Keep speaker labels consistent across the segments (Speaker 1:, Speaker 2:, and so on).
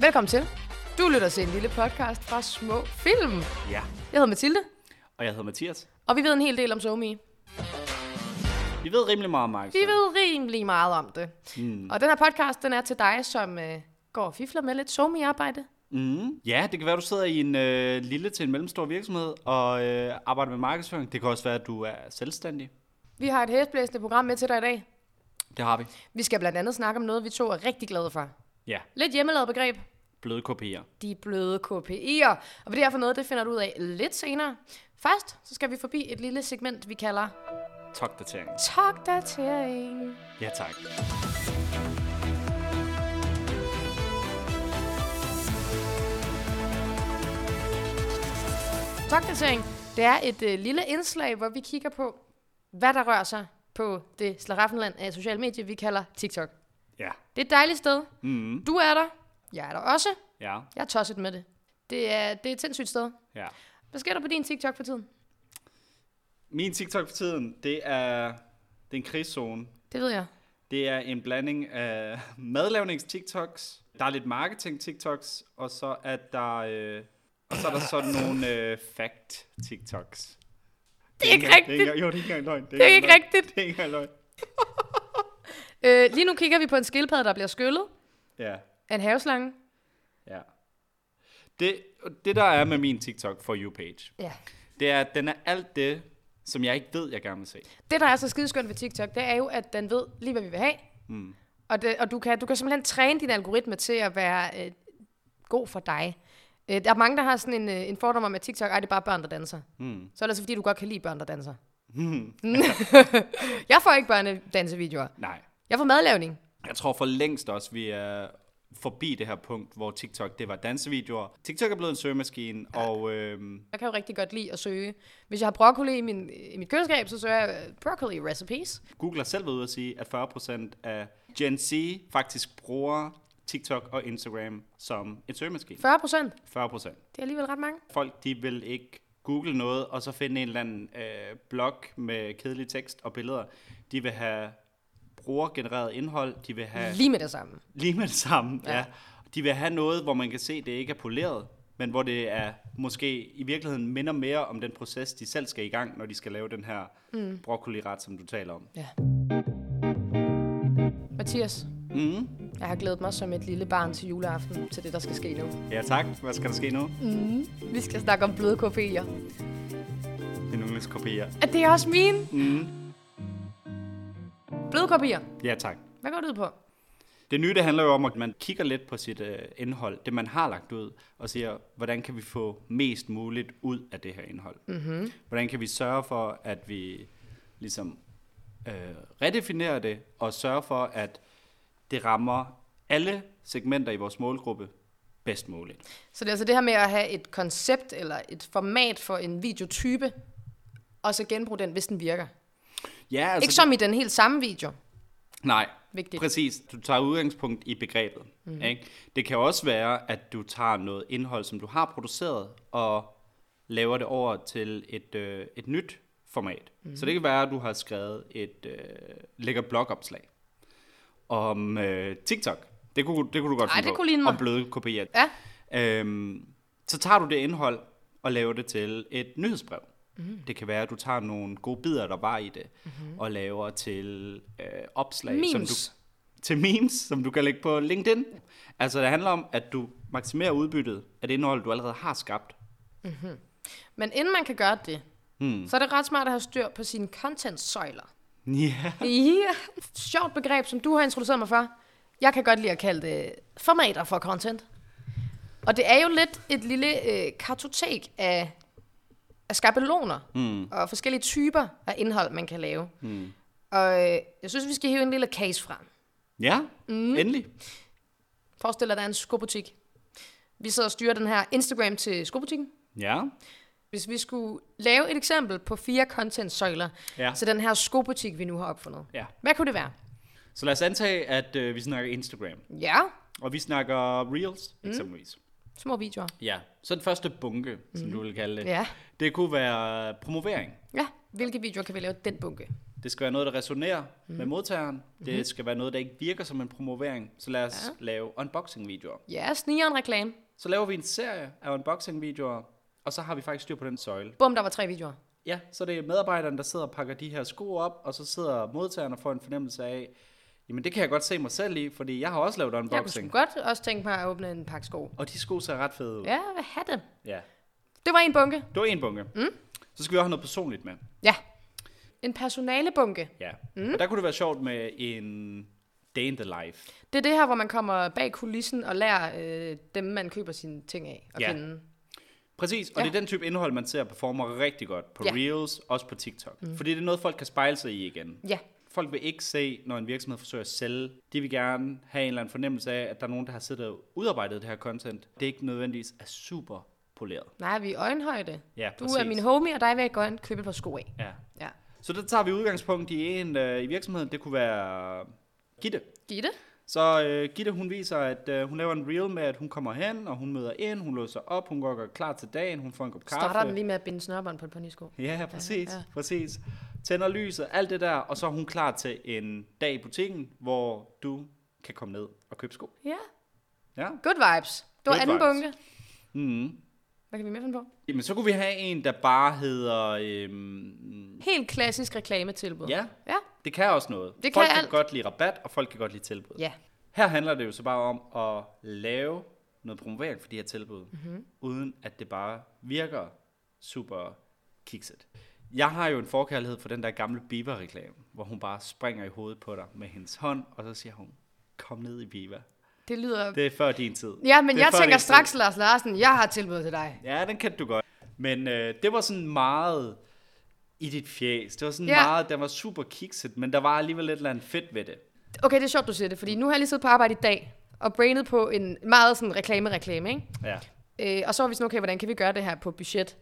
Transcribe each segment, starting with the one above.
Speaker 1: Velkommen til. Du lytter til en lille podcast fra Små Film. Jeg
Speaker 2: Ja,
Speaker 1: hedder Mathilde,
Speaker 2: og jeg hedder Mathias.
Speaker 1: og vi ved en hel del om SoMe.
Speaker 2: Vi ved rimelig meget om Mark.
Speaker 1: Vi ved rimelig meget om det.
Speaker 2: Mm.
Speaker 1: Og den her podcast, den er til dig, som øh, går og fifler med lidt SoMe-arbejde.
Speaker 2: Mm. Ja, det kan være, du sidder i en øh, lille til en mellemstor virksomhed og øh, arbejder med markedsføring. Det kan også være, at du er selvstændig.
Speaker 1: Vi har et hæsblæsende program med til dig i dag.
Speaker 2: Det har vi.
Speaker 1: Vi skal blandt andet snakke om noget, vi to er rigtig glade for.
Speaker 2: Ja,
Speaker 1: Lidt hjemmelavet begreb.
Speaker 2: bløde kopier.
Speaker 1: De bløde KPI'er. Og det er for noget, det finder du ud af lidt senere. Først så skal vi forbi et lille segment, vi kalder
Speaker 2: Tokdatering.
Speaker 1: Talk-datering.
Speaker 2: Ja, tak.
Speaker 1: Togdatering, det er et øh, lille indslag, hvor vi kigger på, hvad der rører sig på det slaraffenland af sociale medier, vi kalder TikTok.
Speaker 2: Ja.
Speaker 1: Det er et dejligt sted.
Speaker 2: Mm.
Speaker 1: Du er der. Jeg er der også.
Speaker 2: Ja.
Speaker 1: Jeg er tosset med det. Det er, det er et sindssygt sted.
Speaker 2: Ja.
Speaker 1: Hvad sker der på din TikTok for tiden?
Speaker 2: Min TikTok for tiden, det er, det er en krigszone.
Speaker 1: Det ved jeg.
Speaker 2: Det er en blanding af madlavnings-TikToks, der er lidt marketing-TikToks, og så er der, øh, og så er der sådan nogle øh, fact-TikToks.
Speaker 1: Det er ikke
Speaker 2: engang-
Speaker 1: rigtigt.
Speaker 2: Det er ikke, jo, det er ikke engang løgn.
Speaker 1: Det er ikke
Speaker 2: engang løgn.
Speaker 1: rigtigt.
Speaker 2: Det er ikke engang løgn.
Speaker 1: Øh, lige nu kigger vi på en skildpadde, der bliver skyllet
Speaker 2: Ja,
Speaker 1: af en haveslange.
Speaker 2: ja. Det, det, der er med min TikTok for you-page,
Speaker 1: Ja.
Speaker 2: det er, at den er alt det, som jeg ikke ved, jeg gerne vil se.
Speaker 1: Det, der er så skideskønt ved TikTok, det er jo, at den ved lige, hvad vi vil have.
Speaker 2: Mm.
Speaker 1: Og, det, og du, kan, du kan simpelthen træne din algoritme til at være øh, god for dig. Øh, der er mange, der har sådan en, øh, en fordom om, at TikTok, ej, det er bare børn, der danser.
Speaker 2: Mm.
Speaker 1: Så er det altså, fordi du godt kan lide børn, der danser.
Speaker 2: Hmm.
Speaker 1: Jeg får ikke børnedansevideoer.
Speaker 2: Nej.
Speaker 1: Jeg får madlavning.
Speaker 2: Jeg tror for længst også, vi er forbi det her punkt, hvor TikTok, det var dansevideoer. TikTok er blevet en søgemaskine, ja. og øhm,
Speaker 1: Jeg kan jo rigtig godt lide at søge. Hvis jeg har broccoli i, min, i mit køleskab, så søger jeg øh, broccoli recipes.
Speaker 2: Google har selv været ude at sige, at 40% af Gen Z faktisk bruger TikTok og Instagram som en søgemaskine.
Speaker 1: 40 procent. Det
Speaker 2: 40%.
Speaker 1: er alligevel ret mange.
Speaker 2: Folk, de vil ikke google noget, og så finde en eller anden øh, blog med kedelig tekst og billeder. De vil have brugergenereret indhold, de vil have
Speaker 1: Lige med det samme.
Speaker 2: lige med det samme. Ja.
Speaker 1: Ja.
Speaker 2: Ja. De vil have noget, hvor man kan se, at det ikke er poleret, men hvor det er måske i virkeligheden minder mere om den proces, de selv skal i gang, når de skal lave den her mm. broccoli-ret, som du taler om.
Speaker 1: Ja. Mathias,
Speaker 2: Mm.
Speaker 1: jeg har glædet mig som et lille barn til juleaften til det, der skal ske nu.
Speaker 2: Ja tak. Hvad skal der ske nu?
Speaker 1: Vi skal snakke om bløde kopier.
Speaker 2: Min yndlingskopier.
Speaker 1: Er det også mine?
Speaker 2: Mm.
Speaker 1: Bløde kopier.
Speaker 2: Ja tak.
Speaker 1: Hvad går det ud på?
Speaker 2: Det nye, det handler jo om, at man kigger lidt på sit øh, indhold, det man har lagt ud, og siger, hvordan kan vi få mest muligt ud af det her indhold? Mm-hmm. Hvordan kan vi sørge for, at vi ligesom øh, redefinerer det, og sørge for, at det rammer alle segmenter i vores målgruppe bedst muligt?
Speaker 1: Så det er altså det her med at have et koncept eller et format for en videotype, og så genbruge den, hvis den virker. Altså,
Speaker 2: Ja,
Speaker 1: ikke som i den helt samme video.
Speaker 2: Nej,
Speaker 1: Vigtigt. Mhm.
Speaker 2: Præcis. Du tager udgangspunkt i begrebet. Mm. Ikke? Det kan også være, at du tager noget indhold, som du har produceret, og laver det over til et, øh, et nyt format.
Speaker 1: Mhm.
Speaker 2: Mm. Så det kan være, at du har skrevet et øh, lækker blogopslag om øh, TikTok. Det kunne, det kunne du godt
Speaker 1: Ej,
Speaker 2: finde
Speaker 1: det
Speaker 2: på.
Speaker 1: kunne ligne mig.
Speaker 2: Om bløde kopier.
Speaker 1: Ja,
Speaker 2: Øhm, så tager du det indhold og laver det til et nyhedsbrev. Mm. Det kan være, at du tager nogle gode bidder, der var i det, mm. og laver til øh, opslag, som du
Speaker 1: memes.
Speaker 2: til memes, som du kan lægge på LinkedIn. Altså, det handler om, at du maksimerer udbyttet af det indhold, du allerede har skabt.
Speaker 1: Men inden man kan gøre det,
Speaker 2: Hmm.
Speaker 1: så er det ret smart at have styr på sine content-søjler.
Speaker 2: Ja.
Speaker 1: Ja. Sjovt begreb, som du har introduceret mig for. Jeg kan godt lide at kalde det formater for content. Og det er jo lidt et lille øh, kartotek af, af skabeloner mm. og forskellige typer af indhold, man kan lave. Mm. Og øh, jeg synes, vi skal hive en lille case frem.
Speaker 2: Ja, mm. endelig.
Speaker 1: Forestil dig, der er en skobutik. Vi sidder og styrer den her Instagram til skobutikken.
Speaker 2: Ja.
Speaker 1: Hvis vi skulle lave et eksempel på fire content-søjler
Speaker 2: Ja.
Speaker 1: til den her skobutik, vi nu har opfundet.
Speaker 2: ja.
Speaker 1: Hvad kunne det være?
Speaker 2: Så lad os antage, at øh, vi snakker Instagram,
Speaker 1: Ja,
Speaker 2: og vi snakker Reels, mm. eksempelvis.
Speaker 1: små videoer.
Speaker 2: Ja. Så den første bunke, mm. som du vil kalde det,
Speaker 1: Ja.
Speaker 2: det kunne være promovering.
Speaker 1: Ja, hvilke videoer kan vi lave den bunke?
Speaker 2: Det skal være noget, der resonerer mm. med modtageren. Det mm-hmm. skal være noget, der ikke virker som en promovering. Så lad os ja. lave unboxing-videoer.
Speaker 1: Ja, sniger en reklame.
Speaker 2: Så laver vi en serie af unboxing-videoer, og så har vi faktisk styr på den søjle.
Speaker 1: Bum, der var tre videoer.
Speaker 2: Ja, så det er medarbejderen, der sidder og pakker de her sko op, og så sidder modtageren og får en fornemmelse af, jamen det kan jeg godt se mig selv i, fordi jeg har også lavet
Speaker 1: Jeg kunne sgu
Speaker 2: unboxing.
Speaker 1: godt også tænke mig at åbne en pakke sko.
Speaker 2: Og de sko ser ret fede ud.
Speaker 1: Ja, hvad have det?
Speaker 2: ja.
Speaker 1: Det var en bunke.
Speaker 2: Det var en bunke. Mm. Så skal vi også have noget personligt med.
Speaker 1: Ja. En personalebunke.
Speaker 2: Ja. Mm. Og der kunne det være sjovt med en day in the life.
Speaker 1: Det er det her, hvor man kommer bag kulissen og lærer øh, dem, man køber sine ting af at
Speaker 2: Ja.
Speaker 1: ja. kende.
Speaker 2: Præcis, og ja. det er den type indhold, man ser performer rigtig godt på ja.
Speaker 1: Ja.
Speaker 2: Reels, også på TikTok. Mm. Fordi det er noget, folk kan spejle sig i igen.
Speaker 1: Ja,
Speaker 2: Folk vil ikke se, når en virksomhed forsøger at sælge. De vil gerne have en eller anden fornemmelse af, at der er nogen, der har siddet og udarbejdet det her content. Det er ikke nødvendigvis er super poleret.
Speaker 1: nej, vi er i øjenhøjde.
Speaker 2: Ja,
Speaker 1: du
Speaker 2: præcis.
Speaker 1: er min homie, og dig vil jeg godt købe et par sko af.
Speaker 2: Ja.
Speaker 1: Ja.
Speaker 2: Så der tager vi udgangspunkt i en øh, i virksomheden. Det kunne være øh, Gitte.
Speaker 1: Gitte?
Speaker 2: Så øh, Gitte, hun viser, at øh, hun laver en reel med, at hun kommer hen, og hun møder ind, hun låser op, hun går og gør klar til dagen, hun får en kop kaffe.
Speaker 1: Starter den lige med at binde snørbånd på et par nye sko.
Speaker 2: Ja, præcis, ja.
Speaker 1: ja.
Speaker 2: præcis. Tænder lyset, alt det der, og så er hun klar til en dag i butikken, hvor du kan komme ned og købe sko.
Speaker 1: Ja.
Speaker 2: Ja.
Speaker 1: Good vibes. Det var
Speaker 2: Good
Speaker 1: anden
Speaker 2: vibes.
Speaker 1: bunke.
Speaker 2: Mm.
Speaker 1: Hvad kan vi mere finde på?
Speaker 2: Jamen, så kunne vi have en, der bare hedder... Øhm,
Speaker 1: Helt klassisk reklametilbud.
Speaker 2: ja,
Speaker 1: Ja.
Speaker 2: det kan også noget.
Speaker 1: Det
Speaker 2: folk
Speaker 1: kan
Speaker 2: kan
Speaker 1: alt.
Speaker 2: godt lide rabat, og folk kan godt lide tilbud.
Speaker 1: Ja.
Speaker 2: Her handler det jo så bare om at lave noget promovering for de her tilbud,
Speaker 1: Mhm.
Speaker 2: mm-hmm. uden at det bare virker super kikset. Jeg har jo en forkærlighed for den der gamle Biva-reklame, hvor hun bare springer i hovedet på dig med hendes hånd, og så siger hun, kom ned i Biva.
Speaker 1: Det lyder...
Speaker 2: Det er før din tid.
Speaker 1: Ja, men
Speaker 2: det er
Speaker 1: jeg
Speaker 2: før
Speaker 1: tænker
Speaker 2: din tid.
Speaker 1: straks, Lars Larsen, jeg har et tilbud til dig.
Speaker 2: Ja, den kan du godt. Men øh, det var sådan meget i dit fjes. Det var sådan
Speaker 1: Ja.
Speaker 2: meget, den var super kikset, men der var alligevel et eller andet fedt ved det.
Speaker 1: Okay, det er sjovt, du siger det, fordi nu har jeg lige siddet på arbejde i dag, og brainet på en meget sådan reklame-reklame, ikke?
Speaker 2: Ja.
Speaker 1: Øh, og så var vi sådan, okay, hvordan kan vi gøre det her på budget?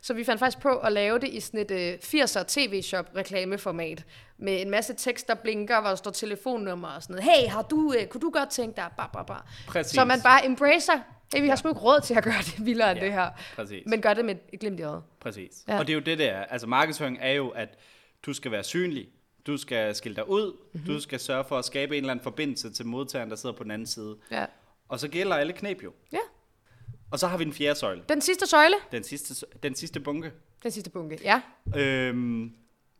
Speaker 1: Så vi fandt faktisk på at lave det i sådan et øh, 80'er tv-shop reklameformat, med en masse tekst, der blinker, hvor der står telefonnummer og sådan noget. Hey, har du, øh, kunne du godt tænke dig? Bah, bah, bah.
Speaker 2: Præcis.
Speaker 1: Så man bare embracer. Hey, vi har sgu ikke råd til at gøre det vildere end
Speaker 2: Ja,
Speaker 1: det her.
Speaker 2: præcis.
Speaker 1: Men gør det med et glimt i øjet.
Speaker 2: Præcis. Ja.
Speaker 1: Ja.
Speaker 2: Og det er jo det, der. Altså markedsføring er jo, at du skal være synlig, du skal skille dig ud,
Speaker 1: Mhm.
Speaker 2: mm-hmm. du skal sørge for at skabe en eller anden forbindelse til modtageren, der sidder på den anden side.
Speaker 1: Ja.
Speaker 2: Og så gælder alle knep jo.
Speaker 1: ja.
Speaker 2: Og så har vi den fjerde søjle,
Speaker 1: Den sidste søjle.
Speaker 2: den sidste, sø- den sidste bunke.
Speaker 1: Den sidste bunke. Ja.
Speaker 2: Øhm,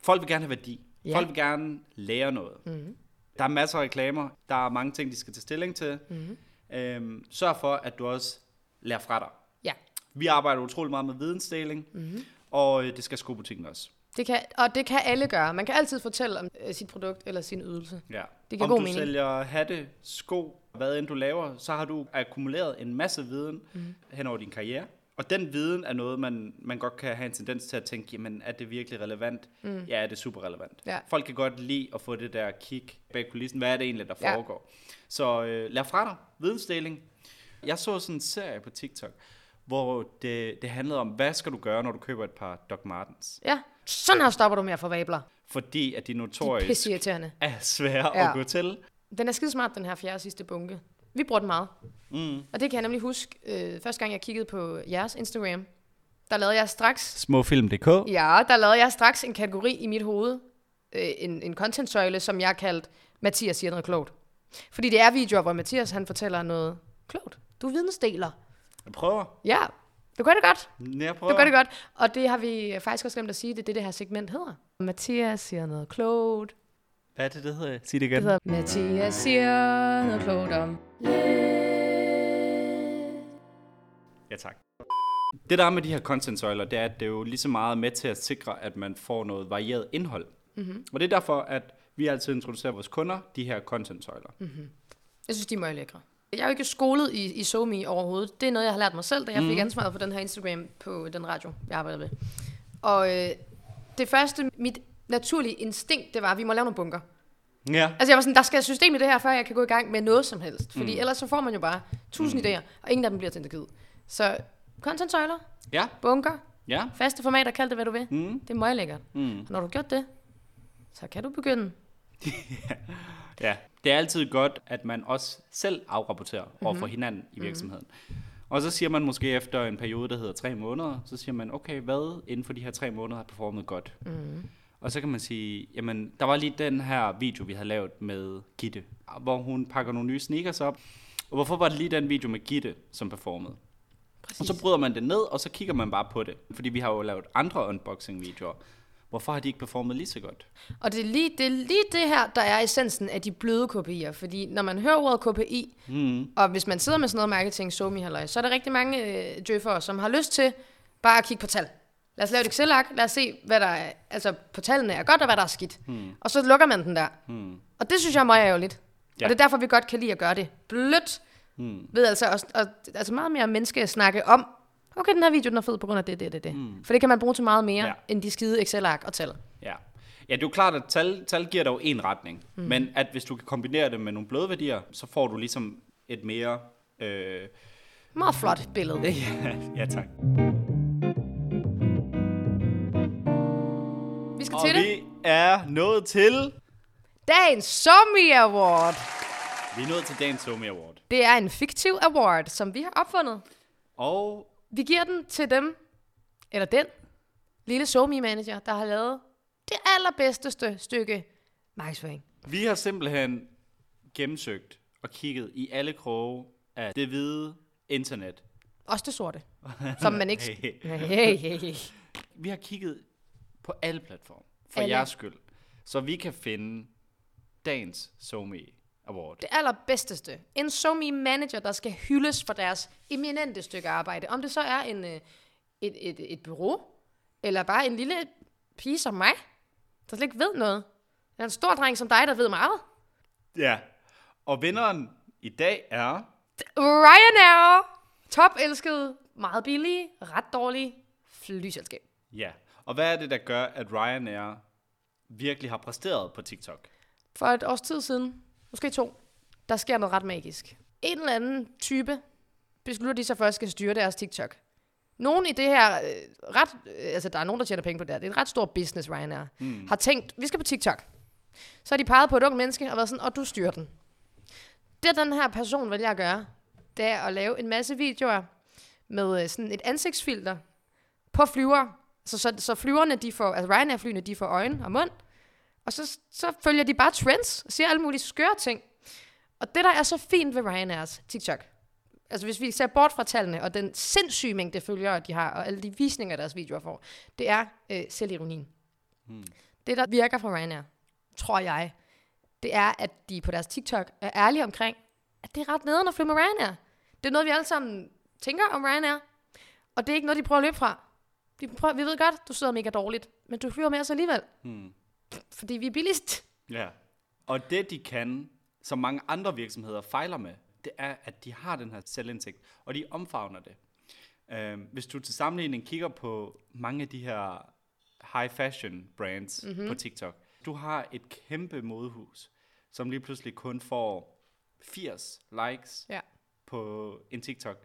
Speaker 2: folk vil gerne have værdi. Ja.
Speaker 1: Ja. Mhm.
Speaker 2: Folk vil gerne lære noget. Mm-hmm. Der er masser af reklamer, der er mange ting, de skal tage stilling til.
Speaker 1: Mhm.
Speaker 2: Mm-hmm. Øhm, sørg for, at du også lærer fra dig.
Speaker 1: Ja.
Speaker 2: Vi arbejder utrolig meget med vidensdeling, mm-hmm.
Speaker 1: Mhm.
Speaker 2: og øh, det skal skobutikken også.
Speaker 1: Det kan, og det kan alle gøre. Man kan altid fortælle om øh, sit produkt eller sin ydelse.
Speaker 2: Ja.
Speaker 1: Det giver
Speaker 2: Om
Speaker 1: god
Speaker 2: du
Speaker 1: mening.
Speaker 2: sælger hatte, sko, hvad end du laver, så har du akkumuleret en masse viden
Speaker 1: Mhm.
Speaker 2: mm. hen over din karriere. Og den viden er noget, man, man godt kan have en tendens til at tænke, jamen er det virkelig relevant? Mm. Ja, er det super relevant?
Speaker 1: Ja.
Speaker 2: Folk kan godt lide at få det der kig bag kulissen. Hvad er det egentlig, der
Speaker 1: Ja.
Speaker 2: foregår? Så øh, lad fra dig. Vidensdeling. Jeg så sådan en serie på TikTok, hvor det, det handlede om, hvad skal du gøre, når du køber et par Doc Martens?
Speaker 1: Ja. Sådan her stopper du med at få vabler.
Speaker 2: Fordi at de
Speaker 1: De er
Speaker 2: notorisk
Speaker 1: pisseirriterende.
Speaker 2: er svære ja.
Speaker 1: Ja.
Speaker 2: at gå til.
Speaker 1: Den er skidesmart, den her fjerde og sidste bunke. Vi bruger den meget. Mm. Og det kan jeg nemlig huske, øh, første gang jeg kiggede på jeres Instagram, der lavede jeg straks,
Speaker 2: Småfilm.dk.
Speaker 1: ja, der lavede jeg straks en kategori i mit hoved, øh, en, en content-søjle, som jeg kaldte Mathias siger noget klogt. Fordi det er videoer, hvor Mathias han fortæller noget klogt. Du vidensdeler.
Speaker 2: Jeg prøver.
Speaker 1: Ja, du gør det godt.
Speaker 2: Jeg prøver.
Speaker 1: Du gør det godt. Og det har vi faktisk også glemt at sige, det er det, det her segment hedder. Mathias siger noget klogt.
Speaker 2: Hvad er det, det hedder? Sig det
Speaker 1: Det
Speaker 2: igen.
Speaker 1: hedder Mathias siger noget klogt om.
Speaker 2: Ja, tak. Det der er med de her content-søjler, det er, at det er jo lige så meget med til at sikre, at man får noget varieret indhold.
Speaker 1: Mhm.
Speaker 2: Mm-hmm. Og det er derfor, at vi altid introducerer vores kunder de her content-søjler. Mm.
Speaker 1: Jeg synes, de er meget lækre. Jeg er jo ikke skolet i, i SoMe overhovedet. Det er noget, jeg har lært mig selv, da jeg fik ansvaret for den her Instagram på den radio, jeg arbejdede ved. Og øh, det første, mit naturlige instinkt, det var, at vi må lave nogle bunker.
Speaker 2: Ja,
Speaker 1: Altså jeg var sådan, der skal et system i det her, før jeg kan gå i gang med noget som helst. Fordi mm. ellers så får man jo bare tusind mm. idéer, og ingen af dem bliver til en skid. Så content-søjler,
Speaker 2: ja,
Speaker 1: bunker,
Speaker 2: ja.
Speaker 1: faste formater, kald det hvad du vil.
Speaker 2: Mm.
Speaker 1: Det er meget lækkert.
Speaker 2: Mm.
Speaker 1: Og når du har gjort det, så kan du begynde.
Speaker 2: ja. Det er altid godt, at man også selv afrapporterer mm-hmm. over for hinanden i virksomheden. Og så siger man måske efter en periode, der hedder tre måneder, så siger man, okay, hvad inden for de her tre måneder har performet godt? Mm. Og så kan man sige, jamen, der var lige den her video, vi havde lavet med Gitte, hvor hun pakker nogle nye sneakers op. Og hvorfor var det lige den video med Gitte, som performede?
Speaker 1: Præcis.
Speaker 2: Og så bryder man det ned, og så kigger man bare på det. Fordi vi har jo lavet andre unboxing-videoer. Hvorfor har de ikke performet lige så godt?
Speaker 1: Og det er, lige, det er lige det her, der er essensen af de bløde KPI'er. Fordi når man hører ordet KPI, mm. og hvis man sidder med sådan noget marketing, somi halløj, så er der rigtig mange øh, djøffere, som har lyst til bare at kigge på tal. Lad os lave et Excel-ark, lad os se, hvad der er, altså på tallene er godt, og hvad der er skidt. Mm. Og så lukker man den der. Mm. Og det synes jeg er meget ærgerligt. Ja.
Speaker 2: Ja.
Speaker 1: Og det er derfor, vi godt kan lide at gøre det. Blødt. Mm. Ved altså, og, og, altså meget mere menneske at snakke om, okay, den her video den er fed på grund af det, det, det, det. Mm. For det kan man bruge til meget mere, ja.
Speaker 2: Ja.
Speaker 1: end de skide Excel-ark og tal.
Speaker 2: Ja. Ja, det er jo klart, at tal, tal giver dig jo en retning. Mm. Men at hvis du kan kombinere det med nogle bløde værdier, så får du ligesom et mere... Øh,
Speaker 1: Meget flot billede.
Speaker 2: ja, ja, tak.
Speaker 1: Vi skal
Speaker 2: Og
Speaker 1: til det.
Speaker 2: vi er nået til...
Speaker 1: Dagens Somi Award.
Speaker 2: Vi er nået til dagens Somi Award.
Speaker 1: Det er en fiktiv award, som vi har opfundet.
Speaker 2: Og
Speaker 1: Vi giver den til dem, eller den, lille Somi manager, der har lavet det allerbedste stø- stykke markedsføring.
Speaker 2: Vi har simpelthen gennemsøgt og kigget i alle kroge af det hvide internet.
Speaker 1: Også det sorte, som man ikke...
Speaker 2: Hey.
Speaker 1: Hey, hey, hey.
Speaker 2: Vi har kigget på alle platforme, for
Speaker 1: Alle.
Speaker 2: alle. jeres skyld, så vi kan finde dagens SoMe Award.
Speaker 1: Det allerbedsteste. En Somi manager, der skal hyldes for deres eminente stykke arbejde. Om det så er en, øh, et, et, et bureau, eller bare en lille pige som mig, der slet ikke ved noget. Eller en stor dreng som dig, der ved meget.
Speaker 2: Ja, og vinderen i dag er...
Speaker 1: Ryanair. Top elskede, meget billige, ret dårlige flyselskab.
Speaker 2: Ja, og hvad er det, der gør, at Ryanair virkelig har præsteret på TikTok?
Speaker 1: For et års tid siden, måske to, der sker noget ret magisk. En eller anden type beslutter de sig for, at skal styre deres TikTok. Nogen i det her, øh, ret, øh, altså der er nogen, der tjener penge på det her, det er en ret stor business, Ryanair, mm. har tænkt, vi skal på TikTok. Så har de peget på et ung menneske og været sådan, og du styrer den. Det den her person vælger at gøre, det er at lave en masse videoer med øh, sådan et ansigtsfilter på flyver. Så, så, så flyverne, de får, altså Ryanair-flyene, de får øjne og mund, og så, så følger de bare trends og siger alle mulige skøre ting. Og det, der er så fint ved Ryanairs TikTok, altså hvis vi ser bort fra tallene og den sindssyge mængde følgere, de har, og alle de visninger, deres videoer får, det er øh, selvironien. Hmm. Det, der virker for Ryanair, tror jeg, det er, at de på deres TikTok er ærlige omkring, at det er ret nederen at flyve med Ryanair. Det er noget, vi alle sammen tænker om Ryanair, og det er ikke noget, de prøver at løbe fra. De prøver, vi ved godt, du sidder mega dårligt, men du flyver med os alligevel, fordi vi er billigst.
Speaker 2: Ja. Og det, de kan, som mange andre virksomheder fejler med, det er, at de har den her selvindsigt, og de omfavner det. Øhm, hvis du til sammenligning kigger på mange af de her high fashion brands mm-hmm. på TikTok, du har et kæmpe modehus, som lige pludselig kun får 80 likes
Speaker 1: Ja.
Speaker 2: på en TikTok,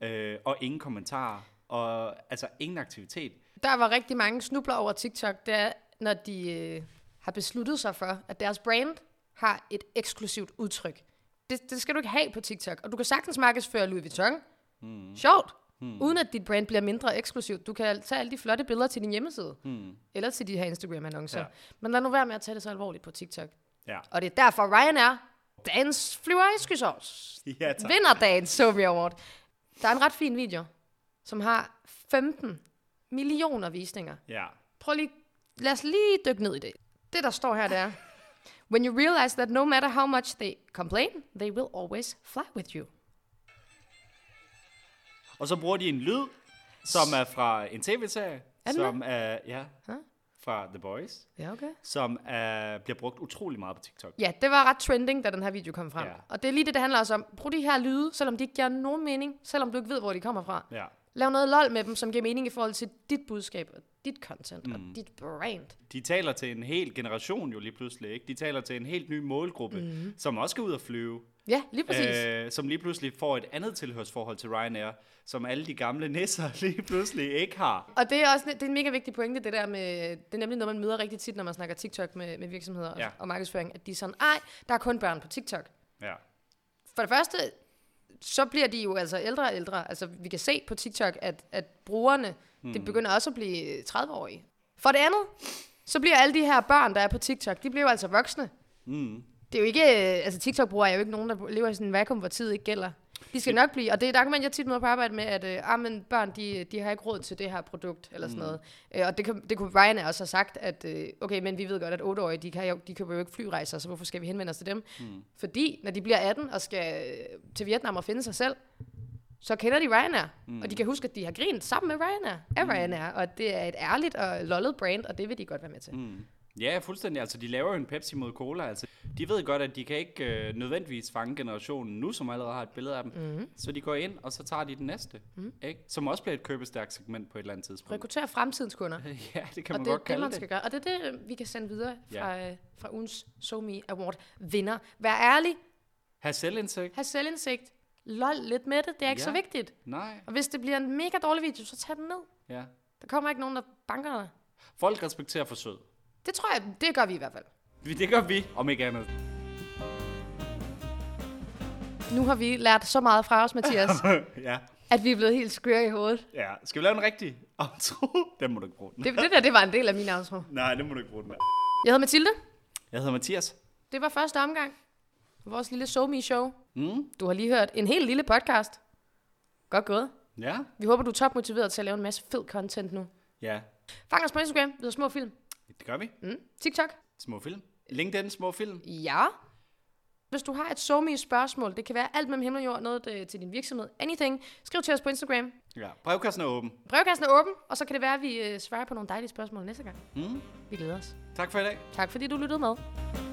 Speaker 2: øh, og ingen kommentarer, og altså ingen aktivitet.
Speaker 1: Der var rigtig mange snubler over TikTok, det er, når de øh, har besluttet sig for, at deres brand har et eksklusivt udtryk. Det, det skal du ikke have på TikTok. Og du kan sagtens markedsføre Louis Vuitton. Mm. Sjovt. Mm. Uden at dit brand bliver mindre eksklusivt. Du kan tage alle de flotte billeder til din hjemmeside. Mm. Eller til de her Instagram-annoncer. Ja.
Speaker 2: Ja.
Speaker 1: Men lad nu være med at tage det så alvorligt på TikTok.
Speaker 2: Ja,
Speaker 1: Og det er derfor Ryanair, dagens flyver i skysovs,
Speaker 2: ja tak.
Speaker 1: vinder dagens Somi Award. Der er en ret fin video, som har 15 millioner visninger.
Speaker 2: Ja.
Speaker 1: Prøv lige, lad os lige dykke ned i det. Det, der står her, det er, When you realize that no matter how much they complain, they will always fly with you.
Speaker 2: Og så bruger de en lyd, som er fra en tv-serie,
Speaker 1: Er den
Speaker 2: som er, ja,
Speaker 1: Huh?
Speaker 2: fra The Boys,
Speaker 1: Ja, okay.
Speaker 2: som er, bliver brugt utrolig meget på TikTok.
Speaker 1: Ja, det var ret trending, da den her video kom frem.
Speaker 2: Ja.
Speaker 1: Og det er lige det, det handler også om. Brug de her lyde, selvom de ikke giver nogen mening, selvom du ikke ved, hvor de kommer fra.
Speaker 2: Ja.
Speaker 1: Lav noget lol med dem, som giver mening i forhold til dit budskab, og dit content, mm. og dit brand.
Speaker 2: De taler til en hel generation jo lige pludselig, ikke? De taler til en helt ny målgruppe, mm-hmm. som også skal ud og flyve.
Speaker 1: Ja, lige Mhm. præcis.
Speaker 2: Øh, som lige pludselig får et andet tilhørsforhold til Ryanair, som alle de gamle nisser lige pludselig ikke har.
Speaker 1: Og det er også det er en mega vigtig pointe, det der med, det er nemlig noget, man møder rigtig tit, når man snakker TikTok med, med virksomheder ja.
Speaker 2: Ja.
Speaker 1: og, og markedsføring, at de er sådan, ej, der er kun børn på TikTok.
Speaker 2: Ja.
Speaker 1: For det første, så bliver de jo altså ældre og ældre. Altså, vi kan se på TikTok, at, at brugerne, mm. det begynder også at blive 30-årige. For det andet, så bliver alle de her børn, der er på TikTok, de bliver jo altså voksne.
Speaker 2: Mm.
Speaker 1: Det er jo ikke, øh, altså TikTok-brugere er jo ikke nogen, der lever i sådan en vakuum, hvor tid ikke gælder. De skal nok blive, og det er et argument, jeg tit møder på arbejde med, at øh, ah, men børn, de, de har ikke råd til det her produkt, eller sådan noget. Øh, og det, kan- det kunne Ryan også have sagt, at øh, okay, men vi ved godt, at 8-årige, de, kan, jo- de køber jo ikke flyrejser, så hvorfor skal vi henvende os til dem? Mm. Fordi, når de bliver 18 og skal øh, til Vietnam og finde sig selv, så kender de Ryanair, mm. og de kan huske, at de har grint sammen med Ryanair, af mm. Ryanair, og det er et ærligt og lollet brand, og det vil de godt være med til. Mm.
Speaker 2: Ja, fuldstændig. Altså, de laver jo en Pepsi mod cola. Altså, de ved godt, at de kan ikke øh, nødvendigvis fange generationen nu, som allerede har et billede af dem.
Speaker 1: Mm-hmm.
Speaker 2: Mm. Så de går ind, og så tager de den næste. Mm. Ikke? Som også bliver et købestærkt segment på et eller andet tidspunkt.
Speaker 1: Rekruttere fremtidens kunder.
Speaker 2: ja, det kan man
Speaker 1: og
Speaker 2: godt
Speaker 1: det er det,
Speaker 2: kalde
Speaker 1: man
Speaker 2: det.
Speaker 1: skal gøre. Og det er det, øh, vi kan sende videre
Speaker 2: Ja.
Speaker 1: fra, øh, fra ugens SoMe Award vinder. Vær ærlig,
Speaker 2: Have selvindsigt?
Speaker 1: have selvindsigt, lol lidt med det, det er ikke
Speaker 2: Ja.
Speaker 1: så vigtigt.
Speaker 2: Nej.
Speaker 1: Og hvis det bliver en mega dårlig video, så tag den ned.
Speaker 2: Ja.
Speaker 1: Der kommer ikke nogen, der banker dig.
Speaker 2: Folk respekterer forsøg.
Speaker 1: Det tror jeg, det gør vi i hvert fald.
Speaker 2: Vi- Det gør vi, om ikke andet.
Speaker 1: Nu har vi lært så meget fra os, Mathias,
Speaker 2: ja.
Speaker 1: at vi er blevet helt skøre i hovedet.
Speaker 2: ja. Skal vi lave en rigtig outro? Den må du ikke bruge. Den.
Speaker 1: Det, det der, det var en del af min outro.
Speaker 2: Nej, den må du ikke bruge den med.
Speaker 1: Jeg hedder Mathilde.
Speaker 2: Jeg hedder Mathias.
Speaker 1: Det var første omgang. Vores lille SoMe show.
Speaker 2: Mm.
Speaker 1: Du har lige hørt en helt lille podcast. Godt gået.
Speaker 2: Ja.
Speaker 1: Vi håber, du er topmotiveret til at lave en masse fed content nu.
Speaker 2: Ja.
Speaker 1: Fang os på Instagram, vi hedder Små Film.
Speaker 2: Det gør vi.
Speaker 1: Mm. TikTok?
Speaker 2: Små film. LinkedIn, små film.
Speaker 1: Ja. Hvis du har et somi spørgsmål, det kan være alt mellem himmel og jord, noget øh, til din virksomhed, anything, skriv til os på Instagram.
Speaker 2: Ja. Brevkassen er åben.
Speaker 1: Brevkassen er åben, og så kan det være, at vi øh, svarer på nogle dejlige spørgsmål næste gang.
Speaker 2: Mm.
Speaker 1: Vi glæder os.
Speaker 2: Tak for i dag.
Speaker 1: Tak fordi du lyttede med.